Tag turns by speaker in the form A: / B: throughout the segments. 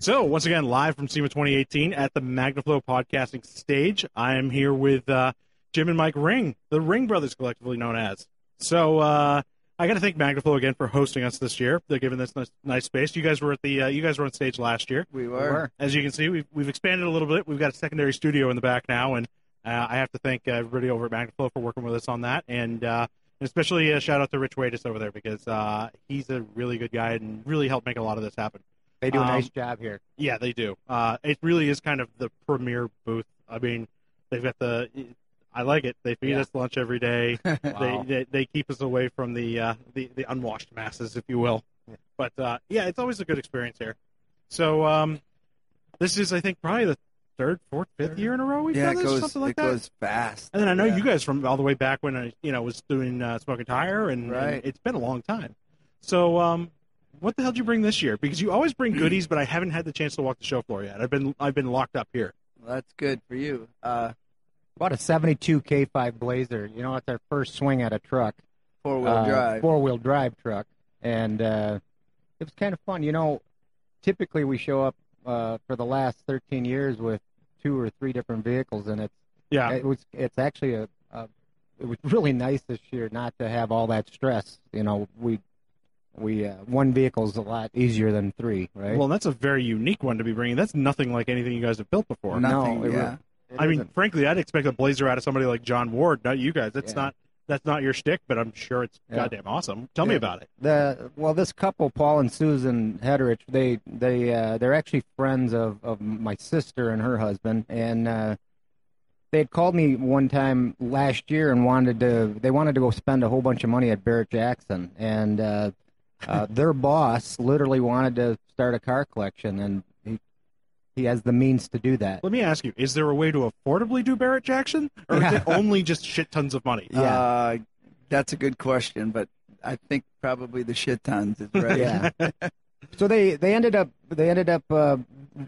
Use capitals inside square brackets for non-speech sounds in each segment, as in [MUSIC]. A: So, once again, live from SEMA 2018 at the MagnaFlow podcasting stage, I am here with uh, Jim and Mike Ring, the Ring Brothers, collectively known as. So, uh, I got to thank MagnaFlow again for hosting us this year. They're giving us nice, nice space. You guys were at the uh, you guys were on stage last year.
B: We were.
C: were.
A: As you can see, we've, we've expanded a little bit. We've got a secondary studio in the back now, and uh, I have to thank everybody over at MagnaFlow for working with us on that, and uh, especially a shout out to Rich Waitis over there because uh, he's a really good guy and really helped make a lot of this happen.
C: They do a
A: Um,
B: [LAUGHS]
C: nice job here.
A: Yeah, they do. Uh, it really is kind of the premier booth. I mean, they've got the. I like it. They feed
C: Yeah.
A: us lunch every day.
C: [LAUGHS] Wow.
A: They, they they keep us away from the uh, the the unwashed masses, if you will.
C: Yeah.
A: But uh, yeah, it's always a good experience here. So um, this is, I think, probably the third, fourth, fifth year in a row we've
B: yeah,
A: done
B: it
A: this,
B: goes.
A: something like
B: it
A: that.
B: goes fast.
A: and then I know
B: Yeah.
A: you guys from all the way back when I you know was doing uh, smoking tire, and, and
B: Right.
A: it's been a long time. So um, what the hell did you bring this year? Because you always bring goodies, but I haven't had the chance to walk the show floor yet. I've been I've been locked up here.
B: Well, that's good for you. Uh,
C: Bought a 72 K5 Blazer. You know, it's our first swing at a truck.
B: Four wheel drive.
C: Uh, Four wheel drive truck. And uh, it was kind of fun. You know, typically we show up uh, for the last 13 years with two or three different vehicles, and it's
A: Yeah,
C: it was it's actually a, a it was really nice this year not to have all that stress. You know, we we uh, one vehicle's a lot easier than three, right?
A: well, that's a very unique one to be bringing. That's nothing like anything you guys have built before.
C: No,
B: Nothing.
C: it
B: yeah.
C: It
A: I mean,
C: isn't.
A: frankly, I'd expect a blazer out of somebody like John Ward, not you guys. That's
C: Yeah.
A: not that's not your shtick, but I'm sure it's
C: Yeah.
A: goddamn awesome. Tell me
C: Yeah.
A: about it.
C: the well this couple paul and susan hederich they they uh, they're actually friends of of my sister and her husband and uh they had called me one time last year and wanted to they wanted to go spend a whole bunch of money at barrett jackson and uh, uh their boss literally wanted to start a car collection and he he has the means to do that
A: Let me ask you: Is there a way to affordably do Barrett Jackson, or
C: [LAUGHS]
A: is it only just shit tons of money?
C: Yeah.
B: Uh, that's a good question, but I think probably the shit tons is right. [LAUGHS]
C: [LAUGHS] yeah. So they, they ended up they ended up uh,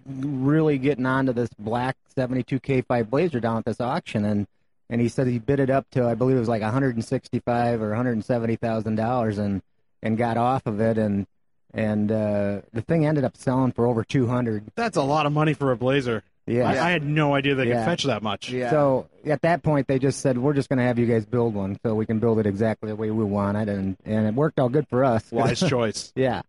C: really getting onto this black 72K5 Blazer down at this auction, and and he said he bid it up to I believe it was like 165 or 170 thousand dollars, and and got off of it, and and uh, the thing ended up selling for over 200.
A: That's a lot of money for a blazer.
C: Yeah.
A: I, I had no idea they could
C: Yeah.
A: fetch that much.
B: Yeah.
C: So at that point, they just said, "We're just going to have you guys build one, so we can build it exactly the way we want it," and and it worked out good for us.
A: Wise
C: [LAUGHS]
A: choice.
C: Yeah.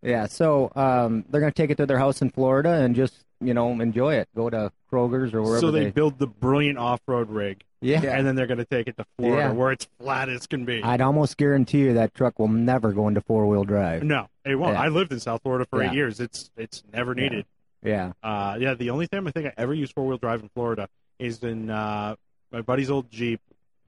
C: Yeah. So um, they're going to take it to their house in Florida and just, you know, enjoy it. Go to Kroger's or wherever
A: So they,
C: they.
A: build the brilliant off-road rig, [LAUGHS]
C: yeah.
B: Yeah.
A: and then they're going to take it to Florida,
C: Yeah.
A: where it's flat as can be.
C: I'd almost guarantee you that truck will never go into four wheel drive.
A: no, it won't.
C: Yeah.
A: I lived in South Florida for eight
C: Yeah.
A: years. It's it's never
C: Yeah.
A: needed.
C: Yeah.
A: Uh, yeah, the only time I think I ever used four-wheel drive in Florida is in uh, my buddy's old Jeep.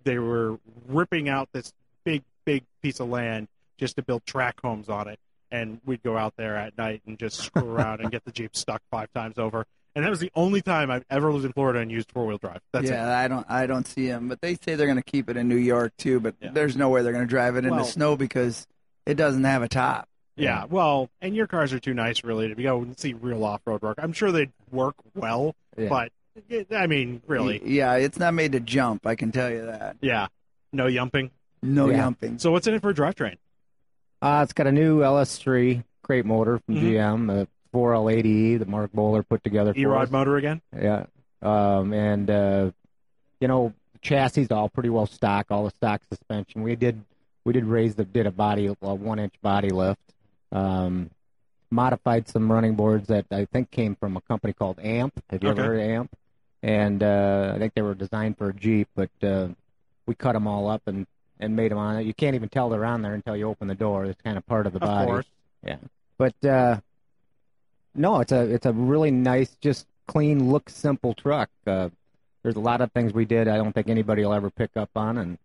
A: They were ripping out this big, big piece of land just to build track homes on it, and we'd go out there at night and just screw around and get the Jeep stuck five times over. And that was the only time I've ever lived in Florida and used four-wheel drive. That's it.
B: yeah, I don't, I don't see them, but they say they're going to keep it in New York too. But
A: Yeah.
B: there's no way they're going to drive it in
A: Well-
B: the snow because it doesn't have a top.
A: Yeah, well, and your cars are too nice, really, to go and see real off-road work. I'm sure they'd work well,
C: Yeah.
A: but it- I mean, really,
B: Y- Yeah, it's not made to jump. I can tell you that.
A: yeah, no yumping.
B: No
C: Yeah.
B: jumping.
A: So what's in it for a drivetrain?
C: Uh, it's got a new LS3 crate motor from
A: Mhm.
C: GM, a 4L80E E that Mark Bowler put together for
A: E-rod
C: us.
A: motor again?
C: Yeah. Um, and, uh, you know, the chassis is all pretty well stock, all the stock suspension. We did, we did raise the, did a body, a one inch body lift. Um, modified some running boards that I think came from a company called Amp. Have you
A: Okay.
C: ever heard of Amp? And, uh, I think they were designed for a Jeep, but, uh, we cut them all up and, and made them on it. You can't even tell they're on there until you open the door. It's kind of part of the
A: Of
C: body
A: course.
C: but uh, no, it's a it's a really nice, just clean, look simple truck. Uh, there's a lot of things we did. I don't think anybody will ever pick up on, and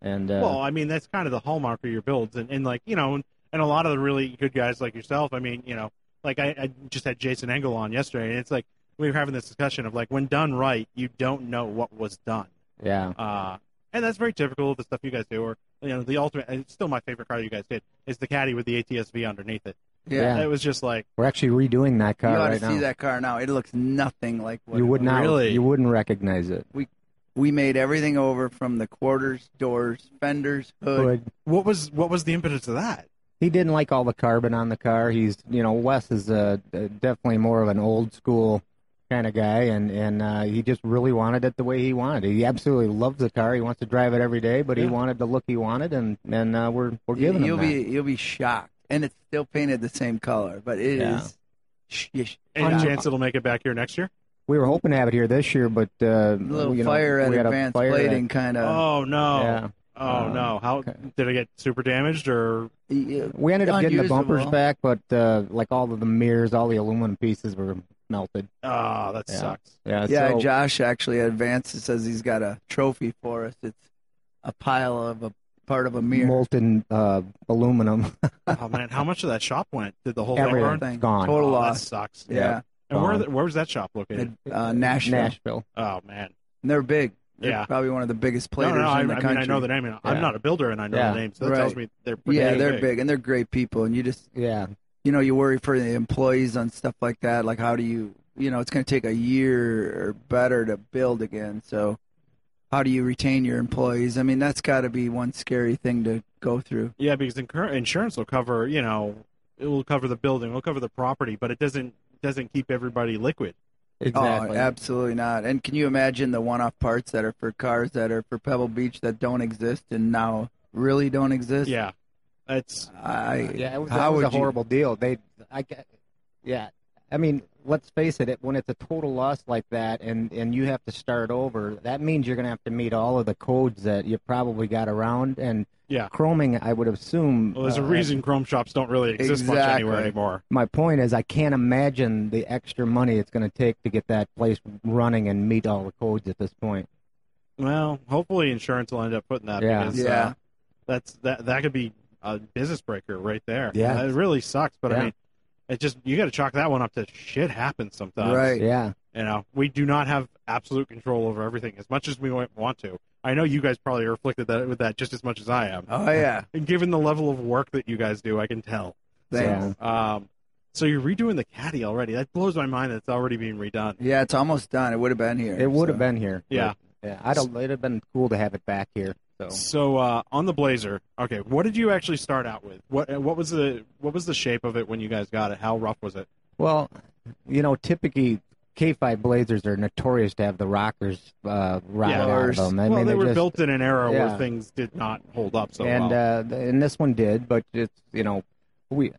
C: and uh,
A: Well, I mean, that's kind of the hallmark of your builds, and, and like you know, and and a lot of the really good guys like yourself. I mean, you know, like I, I just had Jason Engel on yesterday, and it's like we were having this discussion of like when done right, you don't know what was done.
C: Yeah.
A: Uh, and that's very typical of the stuff you guys do. Or you know, the ultimate, and it's still my favorite car you guys did is the Caddy with the ATSV underneath it.
C: Yeah.
A: It was just like
C: We're actually redoing that car
B: you ought
C: right
B: to
C: now.
B: see that car now. It looks nothing like what
C: you
B: it
C: would
B: was.
C: not.
A: Really?
C: You wouldn't recognize it.
B: We made everything over from the quarters, doors, fenders, hood.
C: Would-
A: what was what was the impetus of that?
C: He didn't like all the carbon on the car. He's, you know, Wes is uh uh, definitely more of an old school kind of guy, and and uh, he just really wanted it the way he wanted. it. He absolutely loves the car. He wants to drive it every day, but he
A: Yeah.
C: wanted the look he wanted, and and uh, we're we're giving
B: you'll
C: him that.
B: be you'll be shocked, and it's still painted the same color, but it is.
C: Yeah.
B: sh- you sh-
A: Any
B: shocked.
A: chance it'll make it back here next year?
C: We were hoping to have it here this year, but uh,
B: A little
C: you know,
B: fire at
C: we had a
B: advanced
C: fire at-
B: plating kind of.
A: oh no!
C: Yeah,
A: Oh
C: Uh,
A: no! How
C: okay.
A: did it get super damaged or
C: we ended up getting the bumpers
B: Unusable.
C: back, but uh, like all of the mirrors, all the aluminum pieces were melted.
A: ah that
C: Yeah.
B: [LAUGHS]
A: sucks.
C: Yeah,
B: yeah,
C: so-
B: Josh actually advanced and says he's got a trophy for us. It's a pile of a part of a mirror.
C: molten uh, aluminum.
A: oh man, how much of that shop went? Did the whole
C: Everything.
A: thing burn?
B: Thing.
C: Gone.
B: Total
A: Oh, that
B: loss.
A: sucks.
B: Yeah,
A: And where
C: Gone.
A: the, where was that shop located?
B: At, uh, Nashville.
C: Nashville.
A: Oh man.
B: They're big. They're
A: Yeah.
B: probably one of the biggest
A: No,
B: platers
A: no, I, I
B: in the
A: mean
B: country.
A: I know the name. and I'm
C: Yeah.
A: not a builder, and I know
C: Yeah.
A: the name, so that tells
B: Right.
A: me they're pretty
B: yeah, they're
A: big.
B: big. and they're great people. And you just
C: Yeah,
B: you know you worry for the employees on stuff like that. Like how do you you know it's going to take a year or better to build again. So how do you retain your employees? I mean that's got to be one scary thing to go through.
A: Yeah, because incur- insurance will cover, you know, it will cover the building, it will cover the property, but it doesn't doesn't keep everybody liquid.
C: exactly.
B: Oh, absolutely not. And can you imagine the one-off parts that are for cars that are for Pebble Beach that don't exist and now really don't exist?
A: Yeah, that's
B: I
C: yeah, it was,
B: How
C: that was a
B: would you-
C: horrible deal. They, I, ca- yeah, I mean, let's face it, it. When it's a total loss like that, and and you have to start over, that means you're going to have to meet all of the codes that you probably got around. And
A: Yeah.
C: chroming, I would assume.
A: well, there's a
C: uh,
A: reason Chrome shops don't really exist much anywhere
B: Oh, Exactly.
A: anymore.
C: My point is, I can't imagine the extra money it's going to take to get that place running and meet all the codes at this point.
A: Well, hopefully insurance will end up putting that.
C: Yeah.
A: because, uh,
B: yeah.
A: that's that that could be a business breaker right there.
C: Yeah.
A: it really sucks, but I
C: Yeah.
A: mean, it just you got to chalk that one up to shit happens sometimes.
B: Right.
C: Yeah,
A: You know, we do not have absolute control over everything as much as we wa- want to. I know you guys probably are afflicted that, with that just as much as I am.
C: Uh-huh.
A: [LAUGHS]
B: Oh yeah.
A: And given the level of work that you guys do, I can tell.
B: Thanks.
C: So-
A: Um, so you're redoing the caddy already. That blows my mind that it's already being redone.
B: Yeah, it's almost done. It would have been here.
C: it would have
B: so.
C: been here.
A: Yeah.
C: but, yeah, I'd have, it'd have been cool to have it back here. So
A: So uh, on the Blazer, okay, what did you actually start out with? What uh, what was the what was the shape of it when you guys got it? How rough was it?
C: Well, you know, typically K5 Blazers are notorious to have the rockers uh, rot
A: Yeah.
C: out of them. I
A: well,
C: mean,
A: they
C: they're
A: were
C: just,
A: built in an era where
C: yeah.
A: things did not hold up so
C: and
A: well.
C: uh, th- and this one did, but it's you know, we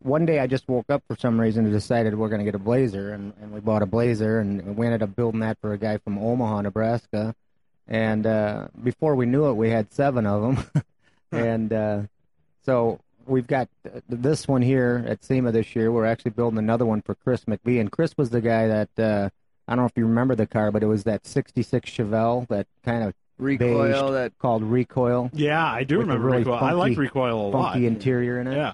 C: one day I just woke up for some reason and decided we're going to get a Blazer, and, and we bought a Blazer, and we ended up building that for a guy from Omaha, Nebraska, and uh, before we knew it, we had seven [LAUGHS] of them, and uh, so. We've got uh, this one here at SEMA this year. We're actually building another one for Chris McVie, and Chris was the guy that uh, I don't know if you remember the car, but it was that '66 Chevelle that kind of
B: recoil that
C: called recoil
A: yeah, I do
C: with the
A: remember
C: really
A: recoil. I
C: funky-
A: like recoil a lot.
C: funky interior in it.
A: Yeah,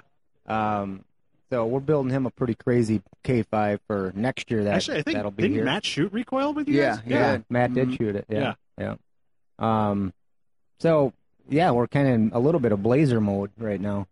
C: Um, so we're building him a pretty crazy K5 for next year. That
A: actually, I think
C: that'll be
A: didn't
C: here.
A: Matt Mm-hmm. shoot recoil with you
B: Yeah,
A: guys?
B: he
C: yeah,
B: did.
C: Matt
B: Mhm.
C: did shoot it. Yeah, yeah. Um, so yeah, we're kind of in a little bit of blazer mode right now.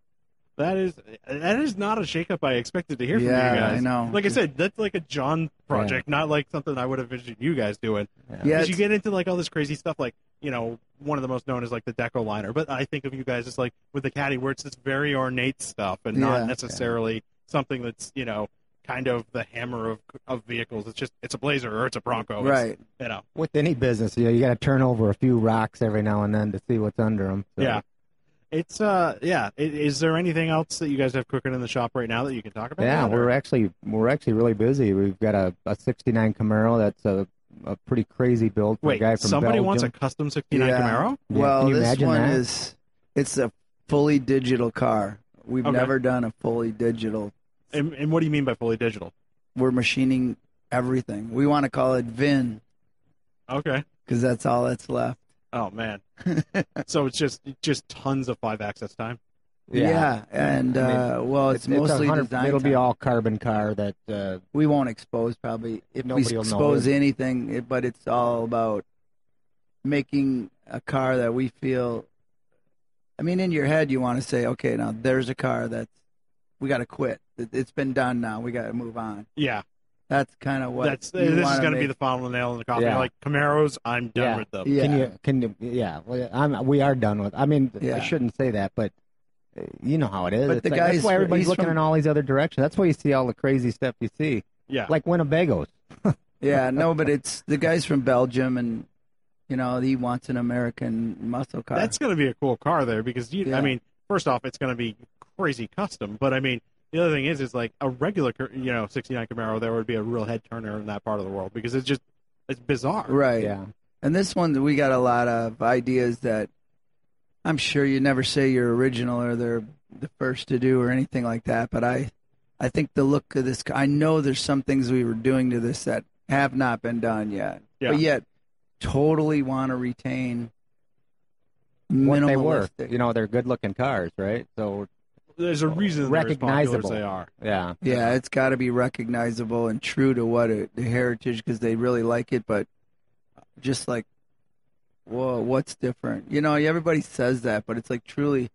A: that is that is not a shakeup I expected to hear from
B: yeah,
A: you guys.
B: I know.
A: Like I said, that's like a John project, not like something I would have envisioned you guys doing.
B: yeah,
A: Because you
B: it's-
A: get into like all this crazy stuff, like you know, one of the most known is like the deco liner. But I think of you guys as like with the caddy, where it's this very ornate stuff and not
B: Yeah.
A: necessarily something that's you know kind of the hammer of of vehicles. It's just it's a Blazer or it's a Bronco, It's,
B: right.
A: you know,
C: With any business, you know, you got to turn over a few rocks every now and then to see what's under them.
A: yeah. It's uh yeah. I- Is there anything else that you guys have cooking in the shop right now that you can talk about?
C: Yeah,
A: Or-
C: we're actually we're actually really busy. We've got a, a '69 Camaro that's a, a pretty crazy build. For a
A: wait.
C: guy from
A: somebody
C: Belgium.
A: wants a custom '69
B: Yeah.
A: Camaro.
C: Yeah,
B: Well,
C: can you
B: this
C: imagine
B: one
C: that?
B: is it's a fully digital car. We've
A: Okay.
B: never done a fully digital.
A: And, and what do you mean by fully digital?
B: We're machining everything. We want to call it VIN
A: Okay.
B: because that's all that's left.
A: Oh man. so it's just just tons of five access time.
B: Yeah, and
C: I mean,
B: uh, well, it's,
C: a
B: mostly
C: hundred-
B: design.
C: It'll be
B: time.
C: all carbon car that uh,
B: We won't expose probably if
C: Nobody
B: we
C: will know
B: expose
C: it.
B: anything, it, but it's all about making a car that we feel. I mean, in your head, you want to say, "Okay, now there's a car that's we got to quit. It, it's been done now. We got to move on."
A: Yeah,
B: That's kind of what
A: that's
B: you
A: this is
B: wanna
A: going to be the
B: make-
A: final nail in the coffin.
C: Yeah.
A: Like Camaros, I'm done
C: Yeah.
A: with them.
B: yeah.
C: Can you? Can you? Yeah. Well, I'm, we are done with. I mean, I
B: Yeah.
C: shouldn't say that, but uh, you know how it is.
B: But
C: It's
B: the
C: like-
B: guys-
C: that's why everybody's
B: he's
C: looking
B: from-
C: in all these other directions. That's why you see all the crazy stuff you see,
A: Yeah,
C: like Winnebago's.
B: Yeah, no, but it's the guys from Belgium, and you know he wants an American muscle car.
A: that's going to be a cool car there because you.
B: Yeah.
A: I mean, first off, it's going to be crazy custom, but I mean, the other thing is, is like a regular, Ca- you know, '69 Camaro. There would be a real head turner in that part of the world because it's just it's bizarre.
B: right.
C: Yeah.
B: And this one, we got a lot of ideas that I'm sure you never say you're original or they're the first to do or anything like that. But I, I think the look of this, I know there's some things we were doing to this that have not been done yet,
A: Yeah.
B: but yet totally want to retain
C: What they were.
B: minimalistic.
C: You know, they're good-looking cars, right? So
A: There's a reason they're as popular as
C: Recognizable.
A: they are.
C: yeah.
B: Yeah, it's got to be recognizable and true to what it, the heritage because they really like it. But just like, whoa, what's different? You know, everybody says that, but it's like truly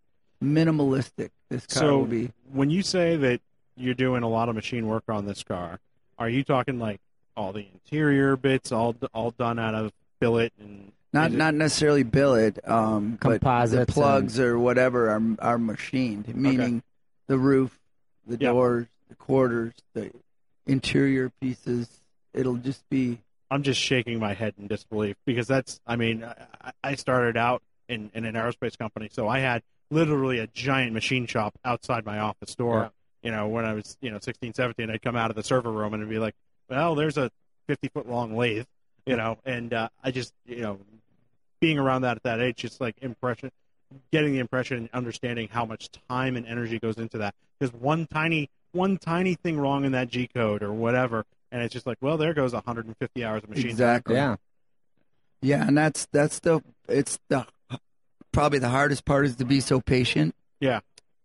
B: minimalistic. This car
A: So-
B: will be.
A: when you say that you're doing a lot of machine work on this car, are you talking like all the interior bits, all all done out of billet and
B: Not
A: is it-
B: not necessarily billet, um, but the
C: Composites
B: plugs or whatever are are machined, meaning the roof, the
A: Yeah.
B: doors, the quarters, the interior pieces. It'll just be
A: I'm just shaking my head in disbelief because that's I mean I, I started out in, in an aerospace company, so I had literally a giant machine shop outside my office door.
C: Yeah.
A: You know, when I was you know 16, 17, I'd come out of the server room and it'd be like, well, there's a 50 foot long lathe, you know, and uh, I just you know being around that at that age, just like impression, getting the impression and understanding how much time and energy goes into that because one tiny one tiny thing wrong in that G code or whatever. And it's just like, well, there goes 150 hours of machine time.
B: exactly
C: Yeah.
B: Yeah, and that's that's the it's the probably the hardest part is to be so patient.
A: Yeah.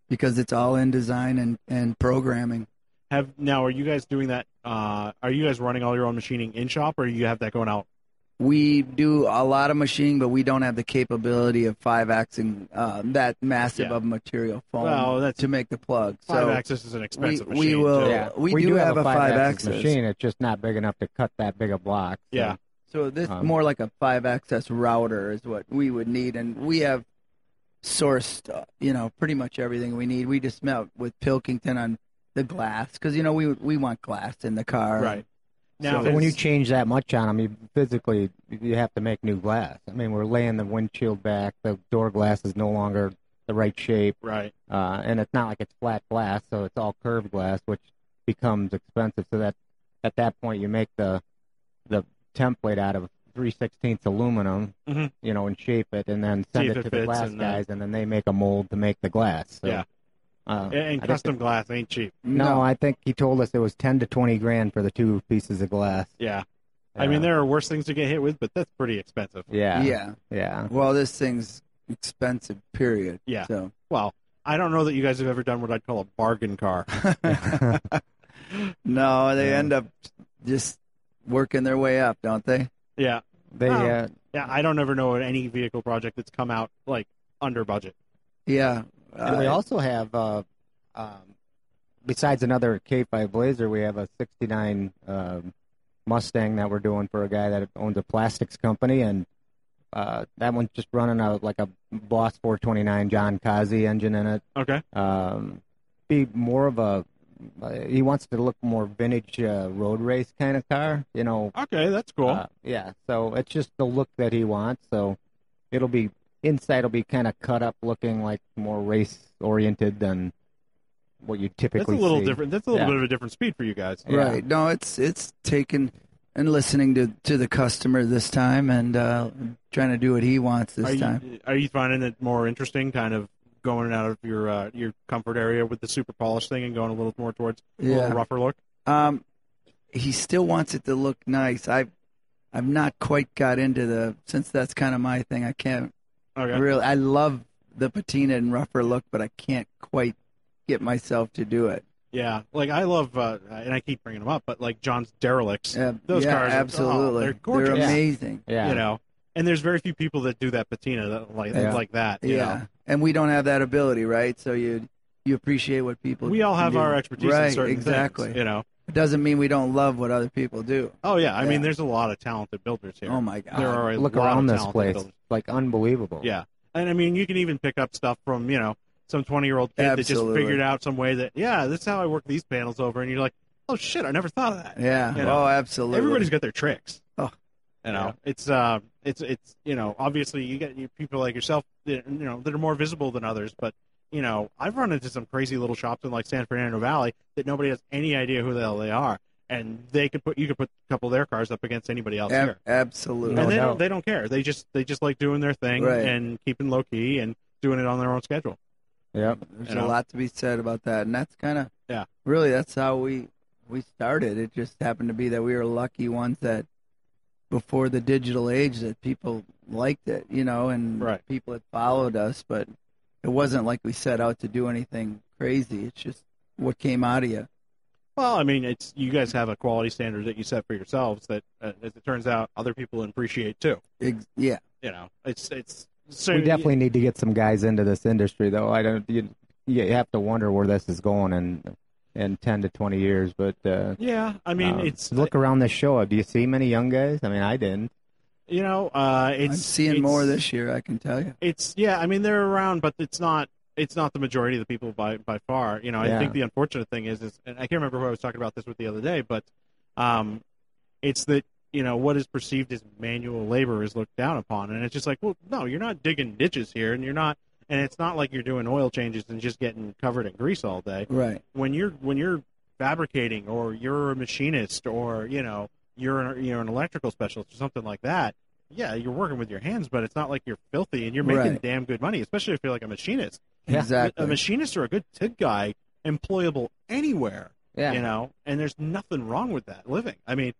B: Because it's all in design and and programming.
A: Have now? Are you guys doing that? Uh, are you guys running all your own machining in shop, or you have that going out?
B: We do a lot of machining, but we don't have the capability of five axing uh, that massive
A: Yeah.
B: of material foam
A: Well, that's
B: to make the plug. So
A: five axis is an
B: we,
A: expensive machine.
B: we will
A: so-
C: Yeah.
B: we, do, have, a five
C: five-axis
B: axis.
C: machine. It's just not big enough to cut that big a block. so-
A: Yeah.
B: So this
C: Um,
B: more like a five access router is what we would need, and we have sourced uh, you know pretty much everything we need. We just met with Pilkington on the glass because you know we we want glass in the car.
A: right now.
C: So when you
A: it's-
C: change that much on them, you physically you have to make new glass. I mean, we're laying the windshield back. The door glass is no longer the right shape,
A: right,
C: uh, and it's not like it's flat glass, so it's all curved glass, which becomes expensive. So that at that point, you make the the template out of three sixteenths aluminum,
A: Mhm.
C: you know, and shape it, and then send
A: See if
C: it
A: it
C: to the
A: fits
C: glass
A: and then-
C: guys, and then they make a mold to make the glass. So,
A: Yeah.
C: uh,
A: and, and
C: I think
A: custom glass ain't cheap.
C: No, I think he told us it was ten to twenty grand for the two pieces of glass.
A: Yeah. I mean
C: Uh,
A: there are worse things to get hit with, but that's pretty expensive.
C: Yeah.
B: yeah.
C: Yeah.
B: Well, this thing's expensive. Period.
A: Yeah.
C: [LAUGHS]
B: So [LAUGHS]
A: Well, I don't know that you guys have ever done what I'd call a bargain
C: [LAUGHS]
A: car.
B: no, they
C: Yeah.
B: end up just working their way up, don't they?
A: yeah,
C: they
A: Oh.
C: uh,
A: yeah. I don't ever know any vehicle project that's come out like under budget.
B: Yeah.
C: and
B: Uh,
C: we also have uh, um, besides another K5 Blazer, we have a 69 um, Mustang that we're doing for a guy that owns a plastics company and uh, that one's just running a like a Boss 429 John Kazi engine in it.
A: Okay.
C: um, be more of a uh, he wants to look more vintage uh, road race kind of car you know
A: Okay, that's cool.
C: uh, yeah so it's just the look that he wants so it'll be inside will be kind of cut up looking like more race oriented than what you
A: that's a
C: typically
A: little
C: see.
A: different. That's a little
C: Yeah.
A: bit of a different speed for you guys.
C: Yeah.
B: Right. No, it's it's taking and listening to to the customer this time and uh, trying to do what he wants this
A: are you,
B: time.
A: Are you finding it more interesting, kind of going out of your uh, your comfort area with the super polished thing and going a little more towards a little
B: yeah.
A: rougher look?
B: Um, he still wants it to look nice. I've I've not quite got into the since that's kind of my thing. I can't
A: Okay,
B: really. I love the patina and rougher look, but I can't quite get myself to do it.
A: Yeah, like I love, uh, and I keep bringing them up, but like John's derelicts,
B: Uh,
A: Those
B: yeah,
A: cars are- oh,
B: absolutely.
A: they're gorgeous.
B: amazing.
C: Yeah.
A: you know. And there's very few people that do that patina that, like
C: Yeah.
A: like that.
B: Yeah.
A: you know.
B: and we don't have that ability, right? So you you appreciate what people.
A: we all
B: can
A: have
B: do.
A: our expertise in
B: Right,
A: certain things,
B: exactly.
A: you know.
B: It doesn't mean we don't love what other people do.
A: Oh yeah, I
B: Yeah.
A: mean, there's a lot of talented builders here.
B: Oh my god!
A: there are a
C: Look
A: lot
C: around
A: of
C: this
A: talented
C: place.
A: builders.
C: Like unbelievable.
A: Yeah, and I mean, you can even pick up stuff from you know some 20 year old kid that
B: Absolutely.
A: just figured out some way that yeah, this is how I work these panels over, and you're like, oh shit, I never thought of that.
B: Yeah.
A: You know,
B: oh, absolutely.
A: Everybody's got their tricks.
B: Oh.
A: You know, it's uh, it's it's you know, obviously you get you people like yourself, that, you know, that are more visible than others. But you know, I've run into some crazy little shops in like San Fernando Valley that nobody has any idea who the hell they are, and they could put you could put a couple of their cars up against anybody else
B: Ab-
A: here,
B: absolutely.
C: No
A: and they
C: doubt.
A: don't they don't care. They just they just like doing their thing
B: Right.
A: and keeping low key and doing it on their own schedule.
C: Yep.
B: There's
A: you know.
B: a lot to be said about that, and that's kind of
A: Yeah.
B: Really, that's how we we started. It just happened to be that we were lucky ones that before the digital age that people liked it, you know, and
A: Right.
B: people had followed us, but it wasn't like we set out to do anything crazy. It's just what came out of you.
A: Well, I mean, it's you guys have a quality standard that you set for yourselves that, uh, as it turns out, other people appreciate too.
B: Ex- yeah,
A: You know, it's it's so
C: we definitely need to get some guys into this industry, though. I don't. You, you have to wonder where this is going in in ten to twenty years. But uh,
A: Yeah, I mean,
C: um,
A: it's
C: look around this show. Do you see many young guys? I mean, I didn't.
A: you know, uh, it's
B: I'm seeing
A: it's-
B: more this year. I can tell you.
A: It's yeah, I mean, they're around, but it's not it's not the majority of the people by by far. You know, I
C: Yeah.
A: think the unfortunate thing is, is and I can't remember who I was talking about this with the other day, but um, it's that you know what is perceived as manual labor is looked down upon, and it's just like, well, no, you're not digging ditches here, and you're not, and it's not like you're doing oil changes and just getting covered in grease all day.
B: Right.
A: when you're when you're fabricating or you're a machinist or you know you're an, you're an electrical specialist or something like that yeah you're working with your hands but it's not like you're filthy and you're making
B: Right.
A: damn good money especially if you're like a machinist
C: Yeah.
B: Exactly.
A: a machinist or a good TIG guy employable anywhere
C: Yeah.
A: you know and there's nothing wrong with that living i mean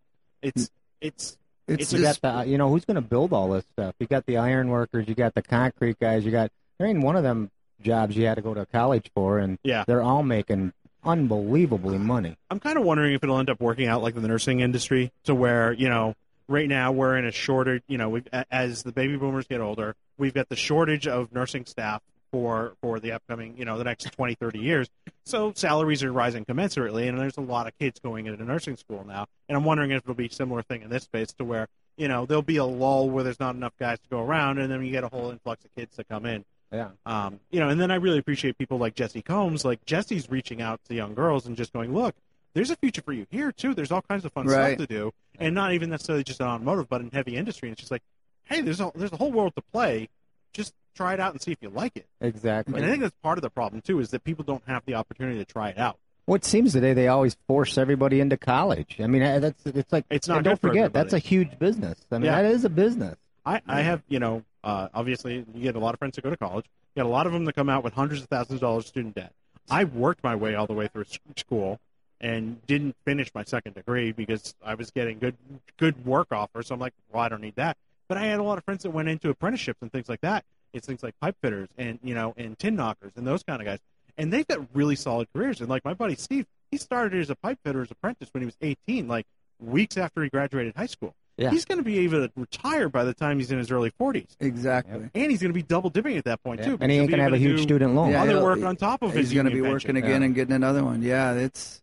A: it's it's
B: it's
A: it's
C: You
B: just
C: got the, uh, you know, who's going to build all this stuff? You got the iron workers, you got the concrete guys, you got. There ain't one of them jobs you had to go to college for, and
A: Yeah.
C: they're all making unbelievably money.
A: I'm kind of wondering if it'll end up working out like the nursing industry, to where you know right now we're in a shortage. You know, we've, a- as the baby boomers get older, we've got the shortage of nursing staff for for the upcoming you know the next 20, 30 years. So salaries are rising commensurately, and there's a lot of kids going into nursing school now. And I'm wondering if it'll be a similar thing in this space, to where you know there'll be a lull where there's not enough guys to go around, and then you get a whole influx of kids to come in.
C: Yeah.
A: Um, you know, and then I really appreciate people like Jesse Combs. Like Jesse's reaching out to young girls and just going, "Look, there's a future for you here too. There's all kinds of fun
B: Right.
A: stuff to do, and not even necessarily just in automotive, but in heavy industry." And it's just like, "Hey, there's a, there's a whole world to play. Just try it out and see if you like it."
C: Exactly.
A: And I think that's part of the problem too is that people don't have the opportunity to try it out.
C: What seems today, they always force everybody into college. I mean, I- that's it's like
A: It's not
C: and
A: good
C: don't
A: for
C: forget
A: everybody.
C: that's a huge business. I mean,
A: Yeah.
C: that is a business.
A: I, I have, you know, uh, obviously you get a lot of friends that go to college. You got a lot of them that come out with hundreds of thousands of dollars of student debt. I worked my way all the way through [LAUGHS] s- school and didn't finish my second degree because I was getting good good work offers. So I'm like, well, I don't need that. But I had a lot of friends that went into apprenticeships and things like that. It's things like pipe fitters and you know and tin knockers and those kind of guys. And they've got really solid careers. And like my buddy Steve, he started as a pipe fitter's apprentice when he was 18, like weeks after he graduated high school.
C: Yeah.
A: He's going to be able to retire by the time he's in his early 40s.
B: exactly.
A: And he's going to be double dipping at that point, too.
C: And he ain't
A: because
C: gonna
A: he'll be
C: have a huge
A: able to
C: student loan.
A: do
B: Yeah.
A: Other
B: he'll-
A: work on top of his
B: He's going to be
A: union
B: working
A: pension.
B: again
C: Yeah.
B: and getting another one. Yeah, it's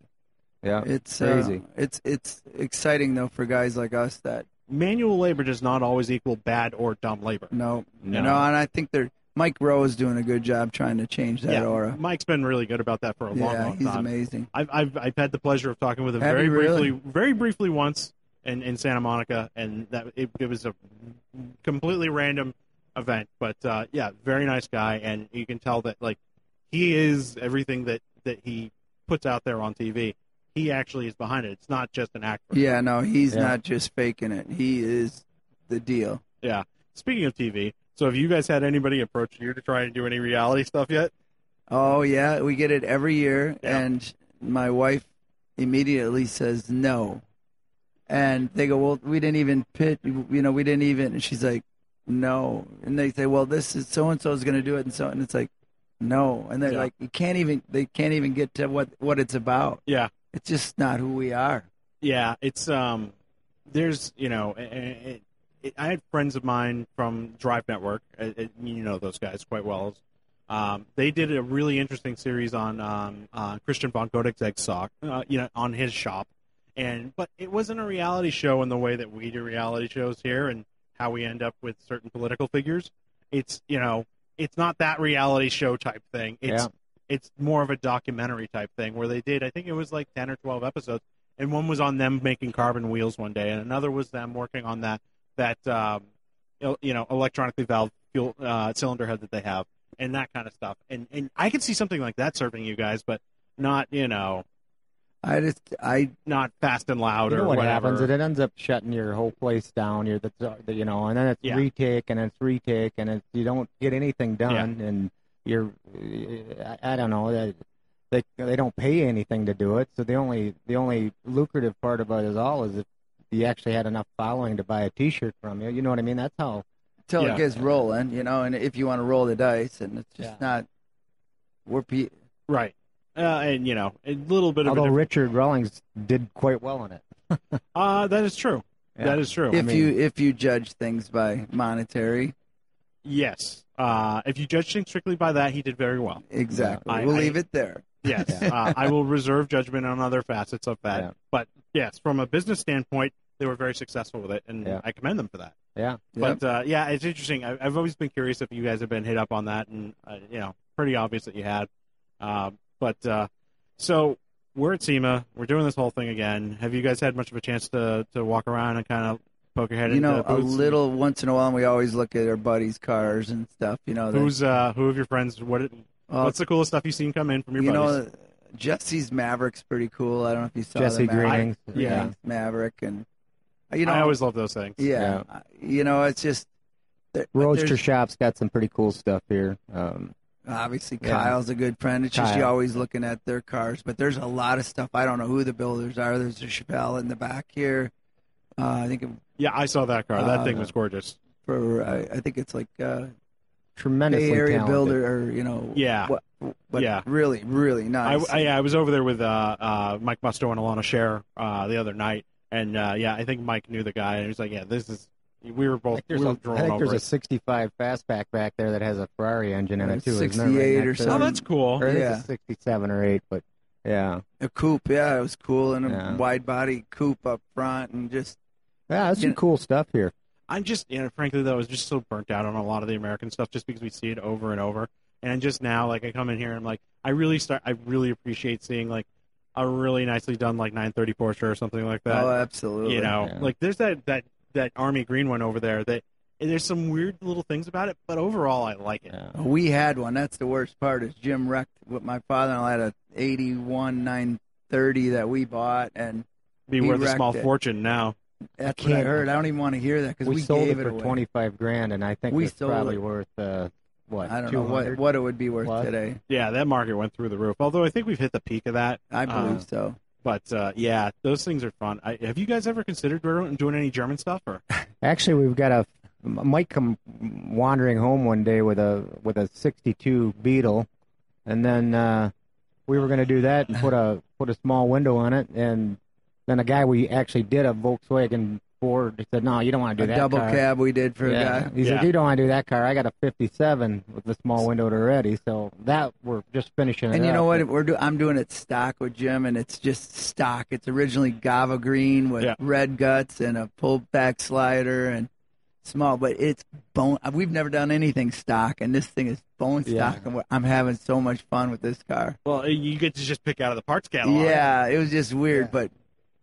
C: Yeah.
B: It's
C: Crazy.
B: Uh, it's it's exciting though for guys like us that
A: Manual labor does not always equal bad or dumb labor.
B: no,
C: No.
B: no, and I think they're Mike Rowe is doing a good job trying to change that
A: Yeah,
B: aura.
A: Mike's been really good about that for a long,
B: yeah,
A: long
B: he's
A: time.
B: amazing.
A: I've, I've, I've had the pleasure of talking with him
B: Have
A: very
B: you really?
A: briefly, very briefly once in, in Santa Monica, and that it, it was a completely random event. But uh, yeah, very nice guy, and you can tell that like he is everything that that he puts out there on TV. He actually is behind it. It's not just an actor.
B: Yeah, no, he's
C: Yeah.
B: not just faking it. He is the deal.
A: Speaking of TV, so have you guys had anybody approach you to try and do any reality stuff yet?
B: Oh yeah, we get it every year,
A: Yeah.
B: and my wife immediately says no, and they go, "Well, we didn't even pit. You know, we didn't even." And she's like, no. And they say, well, this is so and so is going to do it, and so and it's like, no. And they're
A: Yeah.
B: like, you can't even they can't even get to what what it's about.
A: Yeah.
B: It's just not who we are.
A: Yeah, it's um, there's you know, a- a- it, it, I had friends of mine from Drive Network. uh uh, you know those guys quite well. Um, they did a really interesting series on um, uh, Christian von Godek's egg sock, uh, you know, on his shop, and but it wasn't a reality show in the way that we do reality shows here and how we end up with certain political figures. It's you know, it's not that reality show type thing. It's
C: Yeah.
A: it's more of a documentary type thing where they did. I think it was like ten or twelve episodes and one was on them making carbon wheels one day, and another was them working on that that um, el- you know electronically valved fuel uh, cylinder head that they have, and that kind of stuff. And and I could see something like that serving you guys, but not you know
B: I just I
A: not fast and loud
C: You know
A: or
C: what
A: whatever.
C: happens? It ends up shutting your whole place down. You're the, the you know, and then it's
A: Yeah.
C: retake and it's retake and it's, you don't get anything done, and you're I, I don't know they, they they don't pay anything to do it. So the only the only lucrative part about it all is if you actually had enough following to buy a T-shirt from you. You know what I mean? That's how.
B: till
A: Yeah.
B: it gets rolling, you know. And if you want to roll the dice, and it's just
C: Yeah.
B: not we're pe-
A: right? Uh, and you know a little bit of a
C: Although
A: different,
C: Richard Rawlings did quite well in it.
A: uh, that is true.
C: Yeah.
A: That is true.
B: if you if you judge things by monetary
A: yes, uh, if you judge things strictly by that, he did very well.
B: exactly
A: I-
B: we'll
A: I-
B: leave it there
A: Yes,
C: [LAUGHS] Yeah.
A: uh, I will reserve judgment on other facets of that.
C: Yeah.
A: But yes, from a business standpoint, they were very successful with it, and
C: Yeah.
A: I commend them for that.
C: Yeah.
A: But uh, yeah, it's interesting. I, I've always been curious if you guys have been hit up on that, and uh, you know, pretty obvious that you had. Uh, but uh, so we're at SEMA. We're doing this whole thing again. Have you guys had much of a chance to to walk around and kind of poke your head?
B: you
A: into
B: know a
A: booths?
B: little once in a while and we always look at our buddies cars and stuff you know that-
A: Who's uh, who of your friends? What
B: uh,
A: what's the coolest stuff you've seen come in from your
B: you
A: buddies?
B: know jesse's maverick's pretty cool i don't know if you saw
C: Jesse
B: the maverick,
C: Greening.
A: yeah.
B: maverick and uh, you know
A: I always love those things.
B: yeah, uh, you know it's just there- but
C: Roadster
B: there's-
C: Shop's got some pretty cool stuff here. Um,
B: obviously
C: Yeah.
B: kyle's a good friend it's just you
C: Kyle.
B: always looking at their cars but there's a lot of stuff i don't know who the builders are there's a chevelle in the back here uh, i think it
A: Yeah, I saw that car. That
B: Uh,
A: thing was gorgeous.
B: for I, I think it's like uh,
C: tremendously
B: Bay Area
C: talented.
B: builder or you know
A: Yeah.
B: what, but
A: Yeah.
B: really really nice.
A: I, I, yeah, I was over there with uh, uh, Mike Musto and Alana Share uh, the other night, and uh, yeah, I think Mike knew the guy, and he was like, "Yeah, this is." We were
C: I
A: both
C: think
A: we
C: there's,
A: were
C: a, I
A: drawn
C: think
A: over.
C: there's a
A: it.
C: 65 fastback back there that has a Ferrari engine in it too. isn't there, right
B: 68 or
C: next
A: oh,
C: to it?
B: something.
A: that's cool.
C: Or it is
B: Yeah.
C: a 67 or 8, but yeah,
B: a coupe, yeah, it was cool and a
C: Yeah.
B: wide body coupe up front and just
C: yeah, that's
B: You
C: some
B: know-
C: cool stuff here.
A: I'm just, you know, frankly though, I was just so burnt out on a lot of the American stuff, just because we see it over and over. And just now, like I come in here, and I'm like, I really start, I really appreciate seeing like a really nicely done like 930 Porsche or something like that.
B: oh, absolutely.
A: you know
C: Yeah.
A: like there's that that that army green one over there that and there's some weird little things about it but overall i like it
C: Yeah.
B: We had one. That's the worst part is Jim wrecked what my father-in-law had a 81 930 that we bought and
A: be
B: He
A: worth a
B: wrecked
A: small
B: it.
A: fortune now
B: that's what I
C: can't-
B: heard. I don't even want to hear that cuz
C: We,
B: we,
C: sold
B: gave
C: it for
B: away.
C: 25 grand, and I think
B: We
C: it's
B: sold
C: probably
B: it.
C: worth uh, what?
B: I don't know what
C: 200?
B: what it would be worth
C: plus.
B: today.
A: yeah that market went through the roof although i think we've hit the peak of that
B: I
A: Uh,
B: believe so.
A: but uh, yeah those things are fun I, have you guys ever considered doing doing any german stuff or
C: Actually, we've got a Mike come wandering home one day with a with a '62 Beetle, and then uh, we were going to do that and put a put a small window on it, and then a guy we actually did a Volkswagen Ford said, "No, you don't want to
B: A
C: do that
B: double
C: car."
B: cab we did for a
C: yeah.
B: guy.
C: He said,
A: Yeah.
C: "You don't want to do that car. I got a '57 with the small window already, so that we're just finishing." it
B: And you know
C: up.
B: what? We're do- I'm doing it stock with Jim, and it's just stock. It's originally Gava green with
A: Yeah.
B: red guts and a pulled back slider and small, but it's bone. uh, We've never done anything stock, and this thing is bone
C: Yeah.
B: stock. And we're- I'm having so much fun with this car.
A: [LAUGHS] well uh, you get to just pick out of the parts catalog
B: Yeah, it was just weird,
C: Yeah.
B: but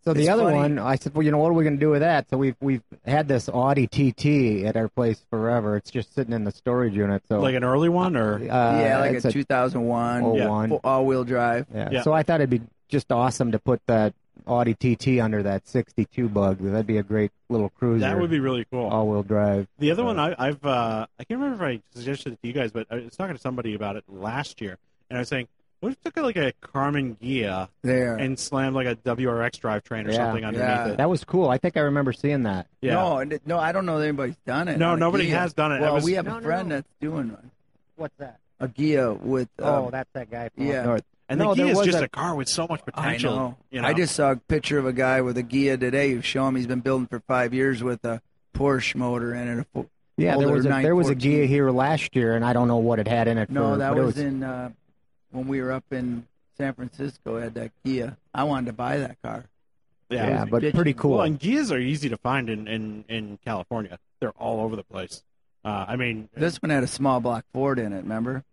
C: So the
B: It's
C: other
B: funny.
C: one, I said, well, you know, what are we going to do with that? So we've we've had this Audi TT at our place forever. It's just sitting in the storage unit. So
A: like an early one or
C: uh,
B: yeah, like
C: it's
B: a 2001
C: oh one.
B: all wheel drive.
C: Yeah.
A: Yeah.
C: So I thought it'd be just awesome to put that Audi TT under that 62 bug. That'd be a great little cruiser.
A: that would be really cool
B: Oh,
C: all-wheel drive.
A: The other
C: Uh,
A: one I, I've uh, I can't remember if I suggested it to you guys, but I was talking to somebody about it last year, and I was saying What if it took like a Carmen Gia
B: There.
A: and slammed like a WRX drivetrain or
C: Yeah.
A: something underneath
B: Yeah.
A: it?
C: That was cool. I think I remember seeing that.
A: Yeah.
B: No, and it- no, I don't know that anybody's done it.
A: No,
B: on a
A: nobody
B: Gia.
A: has done it. I
B: Well,
A: was-
B: we have
C: No,
B: a
C: no,
B: friend
C: no.
B: that's doing one.
C: What's that?
B: A Gia with.
C: Oh,
B: um,
C: that's that guy from
B: yeah.
C: up north.
A: and
C: No,
A: the Gia
C: there
A: is
C: was
A: just
C: a-
A: a, car with so much
B: I
A: potential.
B: know.
A: You know?
B: I just saw a picture of a guy with a Gia today. who showed him he's been building for five years with a Porsche motor in it. a fo-
C: Yeah,
B: Older
C: there was a, there was a
B: 914.
C: Gia here last year, and I don't know what it had in it.
B: No,
C: for,
B: that
C: but it
B: was, in uh, when we were up in San Francisco. I had that Gia. I wanted to buy that car.
C: Yeah,
A: it was-
C: but pretty cool.
A: Well, and Gias are easy to find in, in, in California. They're all over the place. Uh, I mean,
B: This one had a small block Ford in it. Remember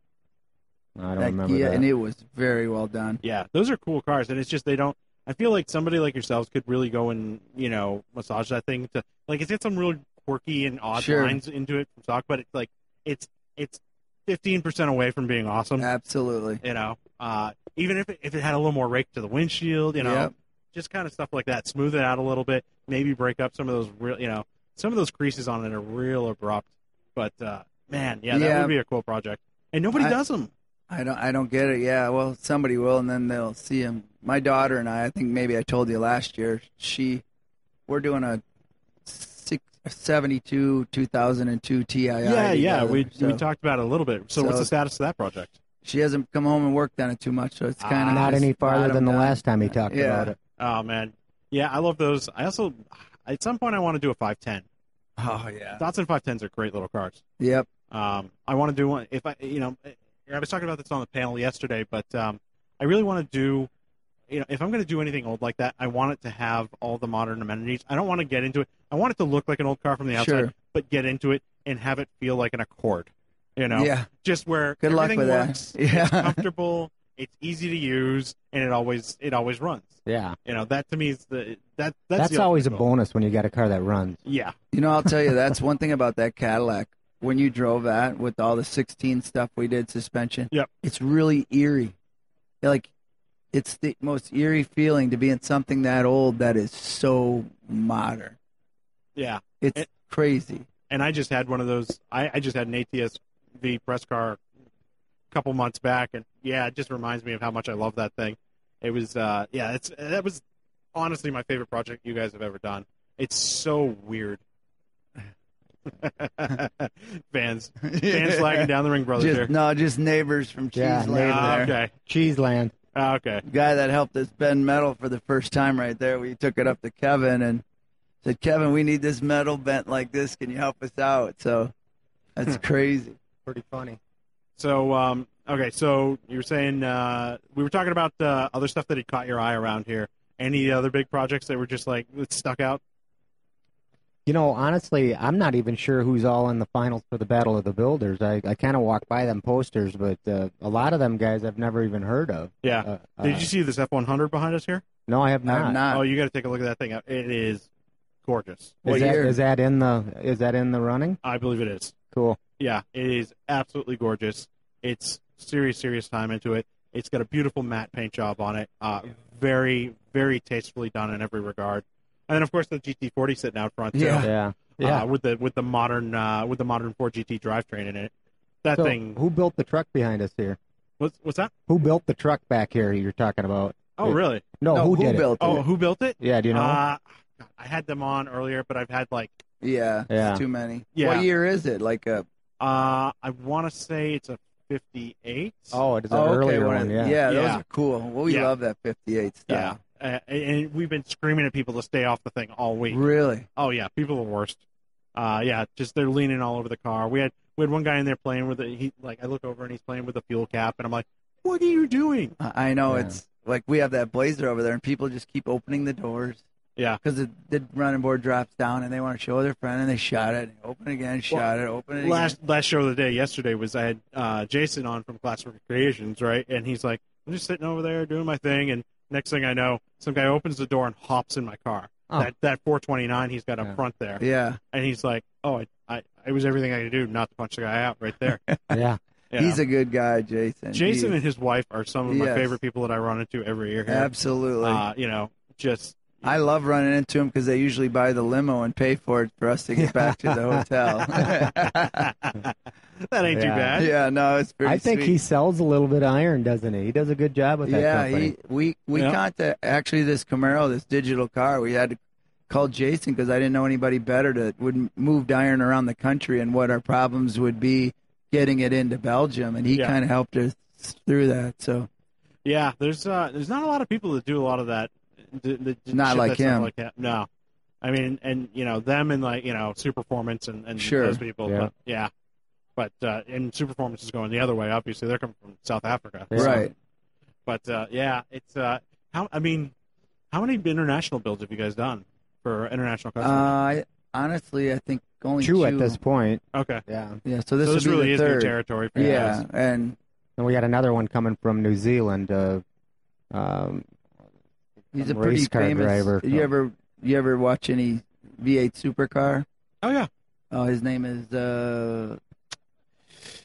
C: I don't
B: that
C: remember
B: Gia,
C: that.
B: and it was very well done.
A: yeah, those are cool cars, and it's just they don't. I feel like somebody like yourselves could really go and you know massage that thing to like it's got some really quirky and odd
B: Sure.
A: lines into it from stock, but it's like it's it's fifteen percent away from being
B: Uh,
A: awesome.
B: Absolutely.
A: you know, uh, even if it, if it had a little more rake to the windshield, you know,
B: Yep.
A: just kind of stuff like that, smooth it out a little bit, maybe break up some of those real, you know, some of those creases on it are real abrupt. But uh, man, yeah, that
B: Yeah.
A: would be a cool project, and nobody
B: I-
A: does them.
B: I don't. I don't get it. Yeah. Well, somebody will, and then they'll see him. My daughter and I. I think maybe I told you last year. She, we're doing a six, 72 2002 TII.
A: Yeah, yeah,
B: together,
A: we
B: so
A: we talked about it a little bit. So, what's
B: So-
A: the status of that project?
B: She hasn't come home and worked on it too much, so it's
A: Ah,
B: kind of
C: not any farther than the last time he talked
B: Yeah.
C: about it.
A: Oh man, yeah, I love those. I also at some point I want to do a five ten.
B: Oh yeah.
A: Datsun five tens are great little cars.
B: Yep.
A: Um, I want to do one. If I, you know, I was talking about this on the panel yesterday, but um, I really want to do. You know, if I'm going to do anything old like that, I want it to have all the modern amenities. I don't want to get into it. I want it to look like an old car from the outside,
B: Sure.
A: but get into it and have it feel like an Accord. You know,
B: Yeah.
A: just where
B: Good luck
A: everything
B: with that.
A: works.
B: [LAUGHS] Yeah.
A: It's comfortable. it's easy to use, and it always it always runs.
C: Yeah,
A: You know, that to me is the that that's,
C: that's,
A: the
C: always a
A: ultimate goal.
C: bonus when you got a car that runs.
A: Yeah,
B: You know, I'll tell you, that's one thing about that Cadillac. When you drove that with all the 16 stuff we did, suspension,
A: Yep.
B: it's really eerie. Like, it's the most eerie feeling to be in something that old that is so modern.
A: yeah.
B: It's
A: It-
B: crazy.
A: and I just had one of those. I, I just had an ATSV press car a couple months back, and yeah, it just reminds me of how much I love that thing. It was, uh, yeah, it's that was honestly my favorite project you guys have ever done. It's so weird. [LAUGHS] fans,
B: [LAUGHS]
A: fans flagging down the ring, brothers.
B: Just-
A: here.
B: [LAUGHS] no, just neighbors from Cheese
C: Yeah,
B: Land
C: neighbors.
A: Ah,
B: there.
A: okay,
C: Cheeseland.
A: Ah, okay.
B: guy that helped us bend metal for the first time right there. We took it up to Kevin and said, Kevin, we need this metal bent like this. Can you help us out? So that's crazy.
C: Pretty funny.
A: So, um, okay, so you were saying uh, we were talking about uh, other stuff that had caught your eye around here. Any other big projects that were just like that stuck out?
C: You know, honestly, I'm not even sure who's all in the finals for the Battle of the Builders. I, I kind of walk by them posters, but uh, a lot of them guys I've never even heard of.
A: Yeah.
C: Uh,
A: Did
C: uh,
A: you see this F one hundred behind us here?
C: No, I have not.
B: I'm
A: oh,
B: not.
A: you got to take a look at that thing. It is gorgeous.
B: What
C: Is that,
B: year?
C: is that in the is that in the running?
A: I believe it is.
C: Cool.
A: Yeah, it is absolutely gorgeous. It's serious, serious time into it. It's got a beautiful matte paint job on it. Uh, very, very tastefully done in every regard. And then of course the GT40 sitting out front too.
B: Yeah.
A: [LAUGHS]
C: Yeah.
A: Uh, with the with the modern uh, with the modern 4GT drivetrain in it. That
C: So,
A: thing.
C: Who built the truck behind us here?
A: What's what's that?
C: Who built the truck back here? You're talking about?
A: Oh,
C: Wait.
A: really?
C: No,
B: No,
C: who, did
B: built
A: Oh,
B: it?
A: who built it?
C: it? Yeah, do you know?
A: Uh, God, I had them on earlier, but I've had like
B: Yeah,
C: Yeah.
B: It's too many.
A: Yeah.
B: What year is it? Like a
A: uh, I want to say it's a 58.
C: oh, it is an
B: oh, okay,
C: earlier
B: what
C: one.
B: is-
C: Yeah.
B: those
A: Yeah.
B: are cool. Well, we
A: Yeah.
B: love that 58
A: Yeah.
B: style.
A: Uh, and we've been screaming at people to stay off the thing all week.
B: Really?
A: Oh yeah, people are the worst. Uh, yeah, just they're leaning all over the car. We had we had one guy in there playing with it. He like I look over and he's playing with the fuel cap, and I'm like, "What are you doing?"
B: I I know
C: Yeah.
B: it's like we have that blazer over there, and people just keep opening the doors.
A: Yeah.
B: because the, the running board drops down, and they want to show their friend, and they shot it, open it again, shot it, open it
A: Last last show of the day yesterday was I had uh, Jason on from Classic Creations, right? And he's like, "I'm just sitting over there doing my thing," and next thing I know, some guy opens the door and hops in my car.
C: Oh.
A: That that 429 he's got up
C: Yeah.
A: front there,
B: again. Yeah.
A: and he's like, "Oh, I, I it was everything I could do not to punch the guy out right
B: [LAUGHS]
A: there."
C: yeah.
A: Yeah.
B: He's a good guy, Jason.
A: Jason
B: He-
A: and his wife are some of my
B: Yes.
A: favorite people that I run into every year. Here.
B: absolutely. [LAUGHS]
A: Uh, you know, just [LAUGHS]
B: I love running into them because they usually buy the limo and pay for it for us to get back
A: [LAUGHS]
B: to the [LAUGHS] hotel.
A: that ain't too
C: Yeah.
A: bad.
B: yeah, no, it's pretty.
C: I think
B: sweet.
C: he sells a little bit of iron, doesn't he? He does a good job with that
B: yeah,
C: company.
B: he, we we
A: Yeah.
B: contact actually this Camaro, this digital car. We had to call Jason because I didn't know anybody better that would moved iron around the country and what our problems would be getting it into Belgium, and he
A: Yeah.
B: kind of helped us through that. So
A: Yeah, there's uh, there's not a lot of people that do a lot of that. th- th- th-
B: Not
A: shit
B: like
A: that's not
B: him.
A: Like that. No, I mean, and you know them and like you know Superformance and and
B: Sure,
A: those people.
C: yeah.
A: But, yeah, but uh, and Superformance is going the other way. Obviously, they're coming from South Africa.
C: Yeah.
B: right,
A: But uh, yeah, it's uh, how I mean, how many international builds have you guys done for international
B: uh,
A: customers?
B: I, honestly, I think only
C: True at this point.
A: okay,
C: Yeah.
B: Yeah, so this,
A: so this
B: would be
A: really
B: the
A: is
B: third.
A: new territory. For
B: Yeah,
A: you guys.
B: and
C: And we got another one coming from New Zealand. Uh, um,
B: he's a
C: Some
B: pretty
C: race car
B: famous.
C: driver,
B: You
C: so-
B: ever you ever watch any V8 supercar?
A: Oh yeah.
B: Oh, his name is. Uh,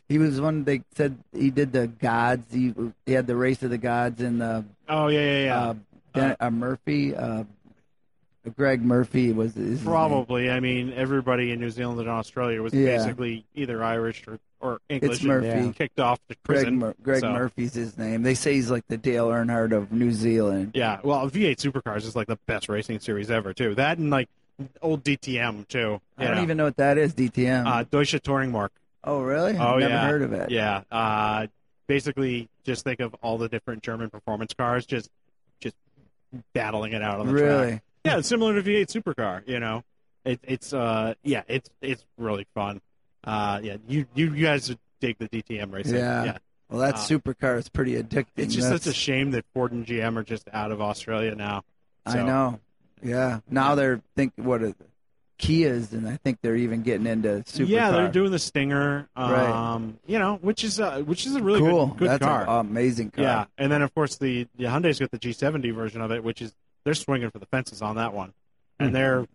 B: he was one. They said he did the gods. He, he had the race of the gods in the
A: Oh yeah yeah yeah.
B: uh, Dan, uh, Murphy. Uh, Greg Murphy was his name.
A: Probably. I mean, everybody in New Zealand and Australia was
B: Yeah.
A: basically either Irish or, or English.
B: It's
A: and
B: Murphy.
C: Yeah.
A: Kicked off to
B: Greg,
A: prison.
B: Mur- Greg
A: so-
B: Murphy's his name. They say he's like the Dale Earnhardt of New Zealand.
A: Yeah, well, V8 Supercars is like the best racing series ever, too. That and like old DTM too.
B: I don't
A: Yeah.
B: even know what that is. DTM.
A: uh, Deutsche Touringmark.
B: oh, really? I've
A: oh,
B: never
A: yeah.
B: heard of it.
A: Yeah, uh, basically, just think of all the different German performance cars just just battling it out on the track.
B: really?
A: Yeah, it's similar to V8 Supercar. You know, it, it's uh, yeah, it's it's really fun. Uh, yeah, you you guys dig the DTM racing.
B: Yeah.
A: yeah.
B: Well, that
A: Uh,
B: supercar is pretty addicting.
A: It's just
B: That's-
A: such a shame that Ford and GM are just out of Australia now.
B: I
A: So-
B: know. Yeah. Now they're think what are Kias, and I think they're even getting into super.
A: Yeah, they're doing the Stinger, um,
B: Right.
A: you know, which is uh, which is a really
B: cool.
A: good, good
B: That's
A: car.
B: an amazing car.
A: Yeah, and then of course the, the Hyundai's got the G70 version of it, which is they're swinging for the fences on that one, and
C: Hmm.
A: they're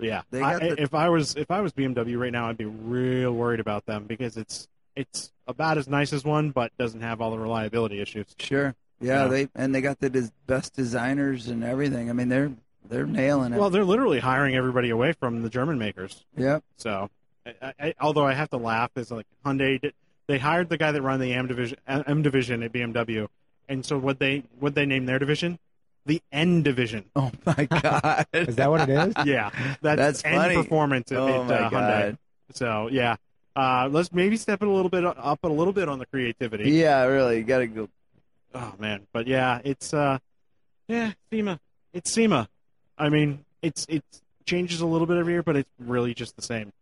A: yeah.
B: They
A: I-
B: got the-
A: if I was if I was BMW right now, I'd be real worried about them because it's it's about as nice as one, but doesn't have all the reliability issues.
B: Sure. Yeah,
A: Yeah.
B: they and they got the des- best designers and everything. I mean, they're they're nailing it.
A: Well, they're literally hiring everybody away from the German makers.
B: yep. [LAUGHS]
A: So, I, I- I, although I have to laugh, is like Hyundai. Did, they hired the guy that ran the M division, M division at BMW, and so what they what they name their division, the N division.
B: Oh
A: [LAUGHS]
B: my god.
C: Is that what it is?
A: Yeah, that's,
B: That's
A: N
B: funny.
A: performance at,
B: [LAUGHS] oh
A: at,
B: my
A: uh, Hyundai.
B: god.
A: So yeah, uh, let's maybe step it a little bit uh, up a little bit on the creativity.
B: Yeah, really. You got to go.
A: Oh man, but yeah, it's uh, yeah, SEMA. It's SEMA. I mean, it's it changes a little bit every year, but it's really just the same.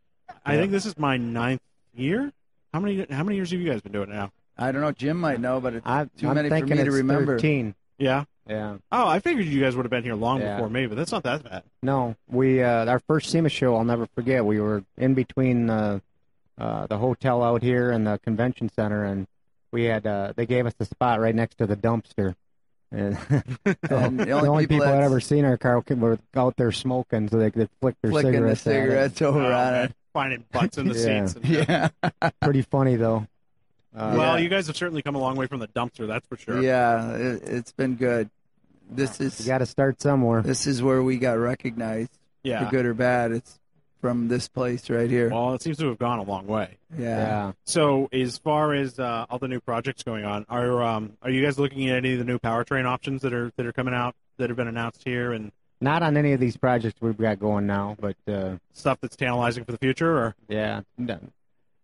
A: I
C: Yeah.
A: think this is my ninth year. How many how many years have you guys been doing it now?
B: I don't know. Jim might know, but it's,
C: I,
B: Too
C: I'm
B: many for
C: thinking
B: me to
C: it's
B: remember.
C: 13.
A: Yeah.
C: Yeah.
A: Oh, I figured you guys would have been here long
C: Yeah.
A: before me, but that's not that bad.
C: No, we uh, our first SEMA show. I'll never forget. We were in between the uh, the hotel out here and the convention center, and we had uh, they gave us the spot right next to the dumpster. And [LAUGHS] so
B: [LAUGHS] and
C: the only, people, that
B: that's
C: ever seen our car were out there smoking, so they could flick their
B: flicking
C: cigarettes.
B: the
C: at it.
B: cigarettes over
A: Oh,
B: on
A: man.
B: it. [LAUGHS]
A: Finding butts in the
C: Yeah.
A: seats. and-
B: Yeah.
C: [LAUGHS] Pretty funny though. Uh,
A: Well,
B: Yeah.
A: you guys have certainly come a long way from the dumpster, that's for sure.
B: Yeah, it, it's been good. This
C: you
B: is
C: got to start somewhere.
B: this is where we got recognized.
A: Yeah.
B: for good or bad. It's from this place right here.
A: Well, it seems to have gone a long way.
B: yeah.
C: Yeah.
A: So, as far as uh, all the new projects going on, are um, are you guys looking at any of the new powertrain options that are that are coming out that have been announced here and
C: Not on any of these projects we've got going now, but uh,
A: stuff that's tantalizing for the future? Or
C: yeah, no.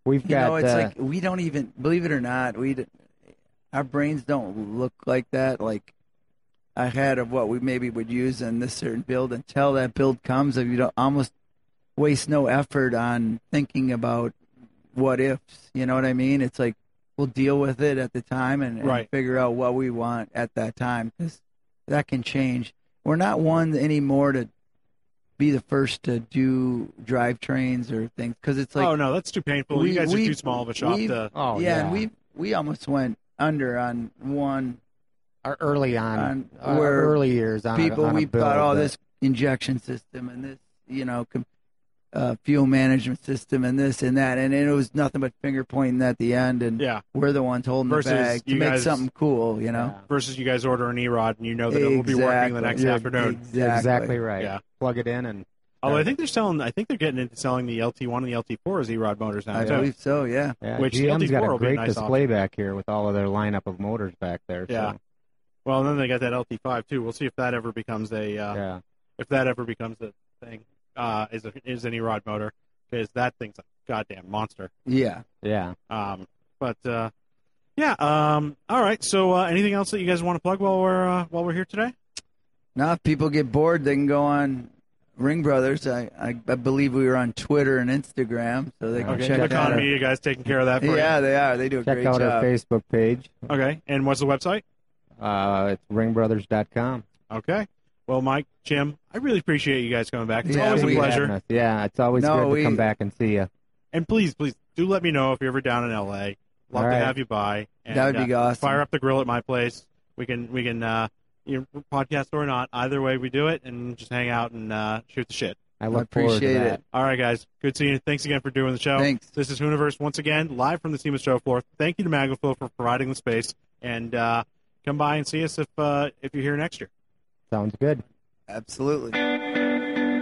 C: we've
B: You
C: got.
B: know, it's
C: uh,
B: like we don't even believe it or not. We d- our brains don't look like that. Like I had of what we maybe would use in this certain build until that build comes. If you don't almost waste no effort on thinking about what ifs. You know what I mean? It's like we'll deal with it at the time and, and
A: Right.
B: figure out what we want at that time because that can change. We're not one anymore to be the first to do drivetrains or things because it's like
A: oh no, that's too painful.
B: We-
A: you guys are
B: we-
A: too small of a shop
B: we-
A: to.
C: oh
B: yeah, and we we almost went under on one
C: Or early on,
B: on
C: uh,
B: where
C: early years on a-
B: people
C: on a
B: we
C: bill
B: thought "Oh, all
C: that-
B: this injection system and this you know com- uh, fuel management system and this and that, and, it was nothing but finger pointing at the end, and
A: Yeah.
B: we're the ones holding
A: Versus
B: the bag to
A: you
B: make
A: guys-
B: something cool, you know.
A: Versus you guys order an E-Rod and you know that it will be working the
B: Exactly.
A: next
C: Yeah,
A: afternoon.
C: You're exactly right.
A: Yeah.
C: Plug it in and
A: Although I think they're selling, I think they're getting into selling the LT1 and the LT4 as E-Rod motors now.
B: I
A: too.
B: believe so. Yeah.
C: yeah,
A: Which
C: GM's
A: LT4
C: got
A: will
C: a
A: be a
C: great
A: nice
C: display back here with all of their lineup of motors back there. so,
A: Yeah. Well, and then they got that LT5 too. We'll see if that ever becomes a uh,
C: yeah.
A: if that ever becomes a thing. Uh, is a, is an E-Rod motor because that thing's a goddamn monster.
B: Yeah.
C: Yeah.
A: Um, but uh, yeah. Um, all right. So uh, anything else that you guys want to plug while we're uh, while we're here today?
B: Now, if people get bored, they can go on Ring Brothers. I, I, I believe we were on Twitter and Instagram, so they can
C: Okay.
B: check
A: Click
B: out.
A: on
B: our-
A: me. You guys taking care of that for
B: yeah, they are. They do a
C: Check
B: great
C: out
B: job.
C: our Facebook page.
A: you. Okay. And what's the website?
C: Uh, it's ringbrothers.com.
A: Okay. Well, Mike, Jim, I really appreciate you guys coming back. It's
B: Yeah,
A: always a
B: we-
A: pleasure.
C: Yeah, it's always
B: No,
C: good to
B: we-
C: come back and see you.
A: And please, please do let me know if you're ever down in LA. Love
C: All right.
A: to have you by. And,
B: that would
A: uh,
B: be awesome.
A: Fire up the grill at my place. We can we can uh, you know, podcast or not. Either way, we do it and just hang out and uh, shoot the shit.
C: I
B: I
C: look
B: appreciate
C: forward to
B: it.
C: that.
A: All right, guys. Good seeing you. Thanks again for doing the show.
B: Thanks.
A: This is Hooniverse once again, live from the SEMA show floor. Thank you to Maglaflow for providing the space, and uh, come by and see us if uh, if you're here next year.
C: Sounds good.
B: Absolutely.